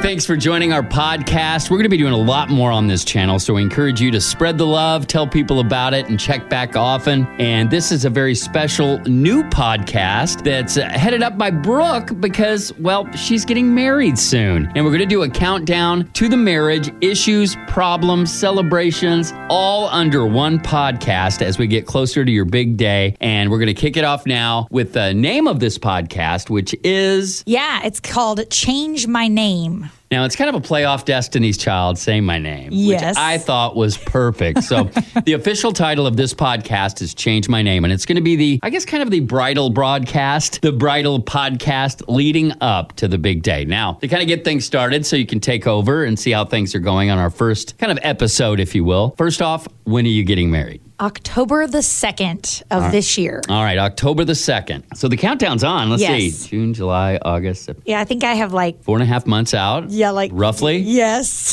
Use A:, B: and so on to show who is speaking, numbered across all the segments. A: Thanks for joining our podcast. We're going to be doing a lot more on this channel, so we encourage you to spread the love, tell people about it, and check back often. And this is a very special new podcast that's uh, headed up by Brooke because, well, she's getting married soon. And we're going to do a countdown to the marriage, issues, problems, celebrations, all under one podcast as we get closer to your big day. And we're going to kick it off now with the name of this podcast, which is.
B: Yeah, it's called Change My Name.
A: Now it's kind of a play off Destiny's Child, say my name,
B: Yes.
A: which I thought was perfect. So the official title of this podcast is Change My Name, and it's going to be the, I guess, kind of the bridal broadcast, the bridal podcast leading up to the big day. Now to kind of get things started, so you can take over and see how things are going on our first kind of episode, if you will. First off, when are you getting married?
B: October the 2nd of this year.
A: All right, October the second. So the countdown's on. Let's
B: Yes.
A: see, June, July, August, September.
B: Yeah, I think I have like,
A: four and a half months out.
B: yeah, like.
A: roughly.
B: Yes.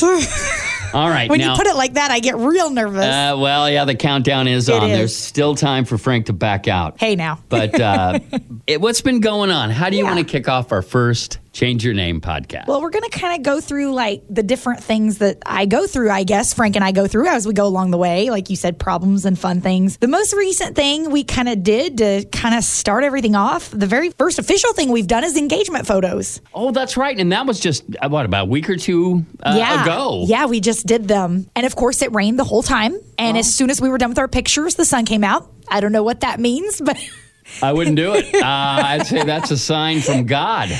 A: All right,
B: when
A: now
B: you put it like that, I get real nervous.
A: Uh, well, yeah, the countdown is
B: It
A: on.
B: is.
A: There's still time for Frank to back out.
B: hey, now.
A: But uh, it, what's been going on? How do you
B: Yeah.
A: want to kick off our first Change Your Name podcast?
B: Well, we're going to kind of go through like the different things that I go through, I guess, Frank and I go through as we go along the way. Like you said, problems and fun things. The most recent thing we kind of did to kind of start everything off, the very first official thing we've done is engagement photos.
A: oh, that's right. And that was just, uh, what, about a week or two uh, ago?
B: Yeah, we just did them. And of course, it rained the whole time. And as soon as we were done with our pictures, the sun came out. I don't know what that means, but
A: I wouldn't do it. Uh, I'd say that's a sign from God.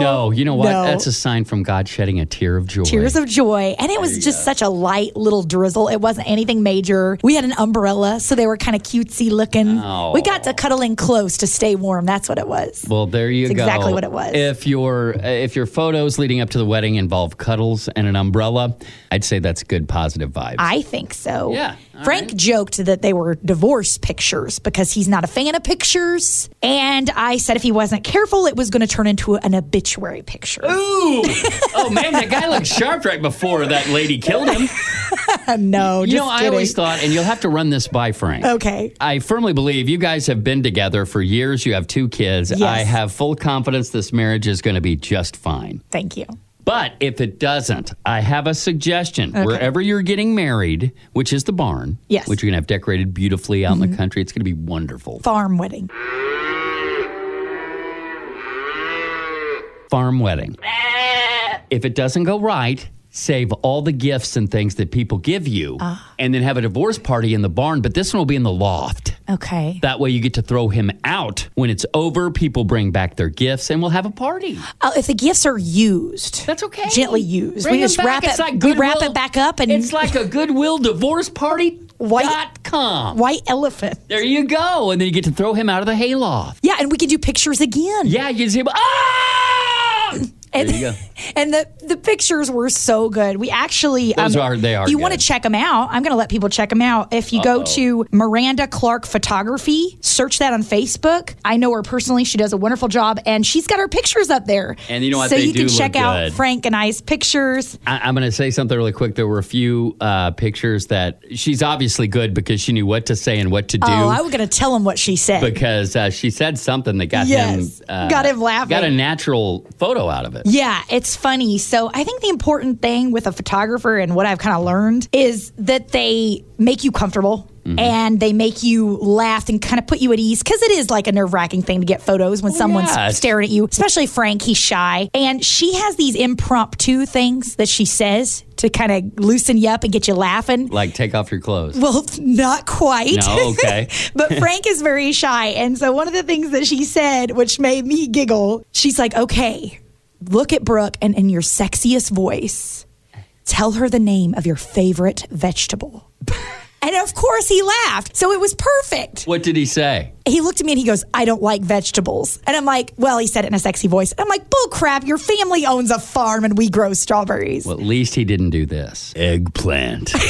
A: no, you know what?
B: Oh, no.
A: That's a sign from God shedding a tear of joy.
B: tears of joy. And it was just such a light little drizzle. It wasn't anything major. We had an umbrella, so they were kind of cutesy looking. We got to cuddle in close to stay warm. That's what it was.
A: Well, there you
B: It's
A: go.
B: exactly what it was.
A: If your uh, if your photos leading up to the wedding involve cuddles and an umbrella, I'd say that's good positive vibes.
B: I think so.
A: Yeah, all
B: Frank joked that they were divorce pictures because he's not a fan of pictures. And I said if he wasn't careful, it was going to turn into an obituary picture.
A: Ooh. Oh man, that guy looked sharp right before that lady killed him.
B: no,
A: You
B: just
A: know, I
B: kidding.
A: always thought, and you'll have to run this by Frank.
B: Okay.
A: I firmly believe you guys have been together for years. You have two kids.
B: Yes.
A: I have full confidence this marriage is going to be just fine.
B: Thank you.
A: But if it doesn't, I have a suggestion. Wherever you're getting married, which is the barn,
B: Yes. Mm-hmm.
A: which you're going to have decorated beautifully out in the country, it's going to be wonderful.
B: Farm wedding.
A: farm wedding. If it doesn't go right, save all the gifts and things that people give you and then have a divorce party in the barn, but this one will be in the loft.
B: Okay.
A: That way you get to throw him out. When it's over, people bring back their gifts and we'll have a party.
B: Oh, if the gifts are used,
A: That's okay.
B: Gently used.
A: Bring
B: we just
A: them
B: wrap
A: back.
B: it.
A: It's like
B: we wrap
A: Goodwill-
B: it back up and
A: It's like a goodwill divorce party.
B: White-
A: dot com.
B: white elephant.
A: There you go. And then you get to throw him out of the hayloft.
B: Yeah, and we can do pictures again.
A: Yeah, you can see him. Ah!
B: And,
A: there you go.
B: and the, the pictures were so good. We actually um,
A: Those are- they are
B: You want to
A: good.
B: check them out? I'm going to let people check them out. If you go to Miranda Clark Photography, search that on Facebook. I know her personally; she does a wonderful job, and she's got her pictures up there.
A: And you know what?
B: So
A: They
B: you
A: do
B: can
A: look
B: check out
A: good.
B: Frank and I's pictures.
A: I, I'm going to say something really quick. There were a few uh, pictures that she's obviously good because she knew what to say and what to do.
B: Oh, I was going to tell him what she said.
A: because uh, she said something that got
B: Yes.
A: him uh,
B: Got him laughing.
A: Got a natural photo out of it.
B: Yeah, it's funny. So I think the important thing with a photographer and what I've kind of learned is that they make you comfortable. And they make you laugh and kind of put you at ease because it is like a nerve wracking thing to get photos when someone's
A: yeah.
B: staring at you, especially Frank. He's shy. And she has these impromptu things that she says to kind of loosen you up and get you laughing.
A: Like take off your clothes.
B: Well, not quite.
A: No, okay.
B: but Frank is very shy. And so one of the things that she said, which made me giggle, she's like, okay, look at Brooke and in your sexiest voice, tell her the name of your favorite vegetable. and of course he laughed. So it was perfect.
A: What did he say?
B: He looked at me and he goes, I don't like vegetables. And I'm like, well, he said it in a sexy voice. And I'm like, bull crap, your family owns a farm and we grow strawberries.
A: Well, at least he didn't do this. Eggplant.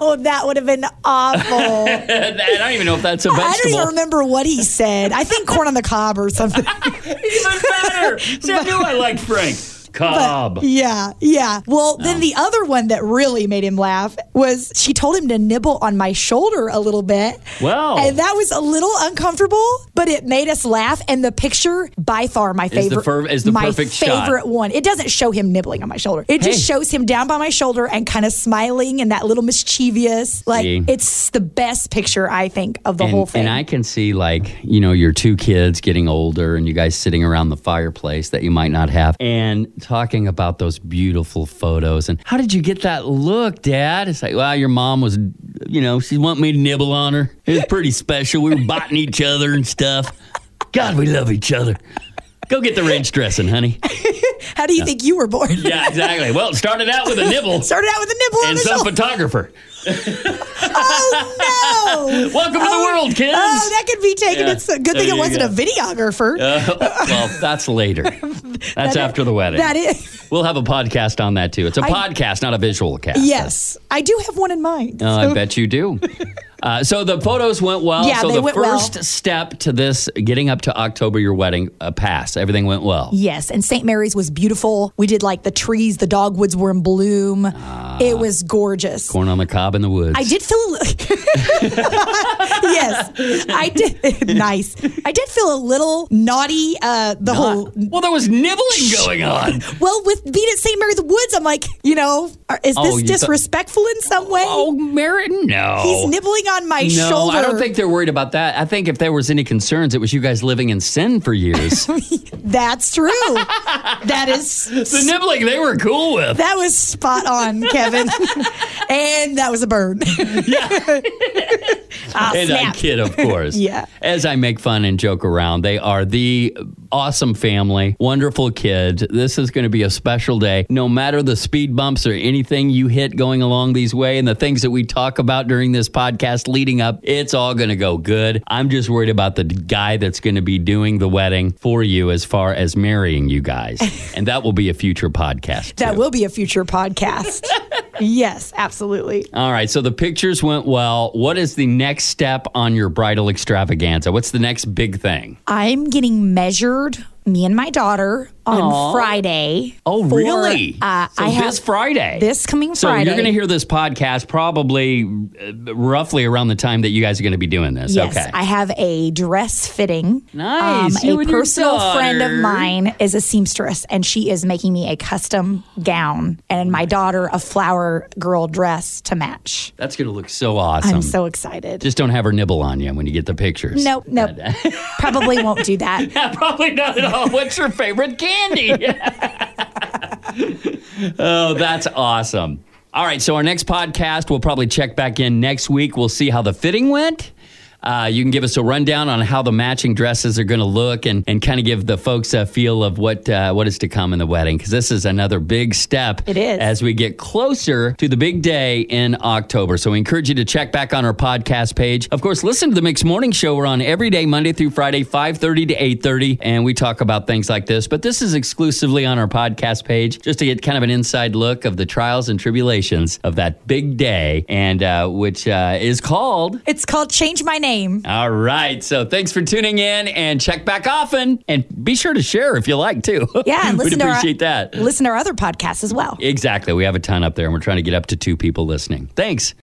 B: Oh, that would have been awful.
A: I don't even know if that's a vegetable.
B: I don't even remember what he said. I think corn on the cob or something.
A: Even better. See, I knew I liked Frank. Cobb.
B: Yeah, yeah. Well, then the other one that really made him laugh was she told him to nibble on my shoulder a little bit.
A: Well.
B: and that was a little uncomfortable, but it made us laugh. And the picture, by far my
A: the
B: favorite,
A: fir- is the
B: my
A: perfect shot.
B: favorite one. It doesn't show him nibbling on my shoulder. It just
A: Hey.
B: shows him down by my shoulder and kind of smiling and that little mischievous. Like
A: See.
B: it's the best picture I think of the
A: and,
B: whole thing.
A: and I can see like you know your two kids getting older, and you guys sitting around the fireplace that you might not have, and talking about those beautiful photos. And how did you get that look, Dad? It's like, well, your mom was, you know, she wanted me to nibble on her. It was pretty special. We were biting each other and stuff. God, we love each other. Go get the ranch dressing, honey.
B: How do you think you were born?
A: Yeah, exactly. Well, it started out with a nibble
B: Started out with a nibble on
A: and
B: the
A: some
B: shoulder.
A: photographer.
B: oh no!
A: Welcome to the world, kids.
B: Oh, that could be taken.
A: Yeah.
B: It's a good
A: There
B: thing it
A: you
B: wasn't
A: go.
B: a videographer.
A: well, that's later. That's after the wedding.
B: that is-
A: We'll have a podcast on that too. It's a podcast, not a visual cast.
B: yes, I do have one in mind.
A: Uh, I bet you do. Uh, so the photos went well.
B: Yeah,
A: so
B: they
A: the
B: went well.
A: first step to this, getting up to October, your wedding, uh, passed. Everything went well.
B: Yes, and St. Mary's was beautiful. We did like the trees, the dogwoods were in bloom.
A: Ah.
B: it was gorgeous.
A: Corn on the cob in the woods.
B: I did feel a little. yes, I did. nice. I did feel a little naughty. Uh, the whole
A: Well, there was nibbling going on.
B: well with being at St. Mary's Woods. I'm like, you know, are- is
A: Oh,
B: this
A: you thought-
B: disrespectful in some way?
A: Oh, Merritt, no.
B: He's nibbling on my
A: no,
B: shoulder.
A: I don't think they're worried about that. I think if there was any concerns, it was you guys living in sin for years. the
B: That's true. that is
A: nibbling, they were cool with.
B: that was spot on, Kevin. and that was a bird. Ah,
A: and I
B: snap.
A: kid, of course.
B: Yeah.
A: As I make fun and joke around, they are the awesome family, wonderful kids. This is going to be a special day. No matter the speed bumps or anything you hit going along these way and the things that we talk about during this podcast leading up, it's all going to go good. I'm just worried about the guy that's going to be doing the wedding for you as far as marrying you guys. and that will be a future podcast.
B: That
A: too.
B: will be a future podcast. yes, absolutely.
A: All right, so the pictures went well. What is the next step on your bridal extravaganza? What's the next big thing?
B: I'm getting measured, me and my daughter, on
A: Aw.
B: Friday.
A: Oh,
B: for,
A: really?
B: Uh,
A: so
B: I
A: this
B: have
A: Friday.
B: this coming
A: so
B: Friday.
A: you're going to hear this podcast probably uh, roughly around the time that you guys are going to be doing this.
B: Yes,
A: okay.
B: I have a dress fitting. Um,
A: Nice. You
B: a
A: and your
B: personal friend of
A: daughter.
B: mine is a seamstress, and she is making me a custom gown and my daughter a flower girl dress to match.
A: That's going to look so awesome.
B: I'm so excited.
A: Just don't have her nibble on you when you get the pictures.
B: nope, nope. Probably won't do that.
A: Yeah, probably not at all. What's your favorite candy? oh, that's awesome. All right, so our next podcast, we'll probably check back in next week. We'll see how the fitting went. Uh, you can give us a rundown on how the matching dresses are going to look and, and kind of give the folks a feel of what uh, what is to come in the wedding because this is another big step
B: It is.
A: as we get closer to the big day in October. So we encourage you to check back on our podcast page. Of course, listen to the Mixed Morning Show. We're on every day, Monday through Friday, 5.30 to 8.30, and we talk about things like this. But this is exclusively on our podcast page just to get kind of an inside look of the trials and tribulations of that big day, and uh, which uh, is called...
B: It's called Change My Name.
A: All right. So thanks for tuning in and check back often. And be sure to share if you like, too.
B: Yeah, and
A: We'd
B: listen to our-
A: appreciate that.
B: Listen to our other podcasts as well.
A: Exactly. We have a ton up there, and we're trying to get up to two people listening. Thanks.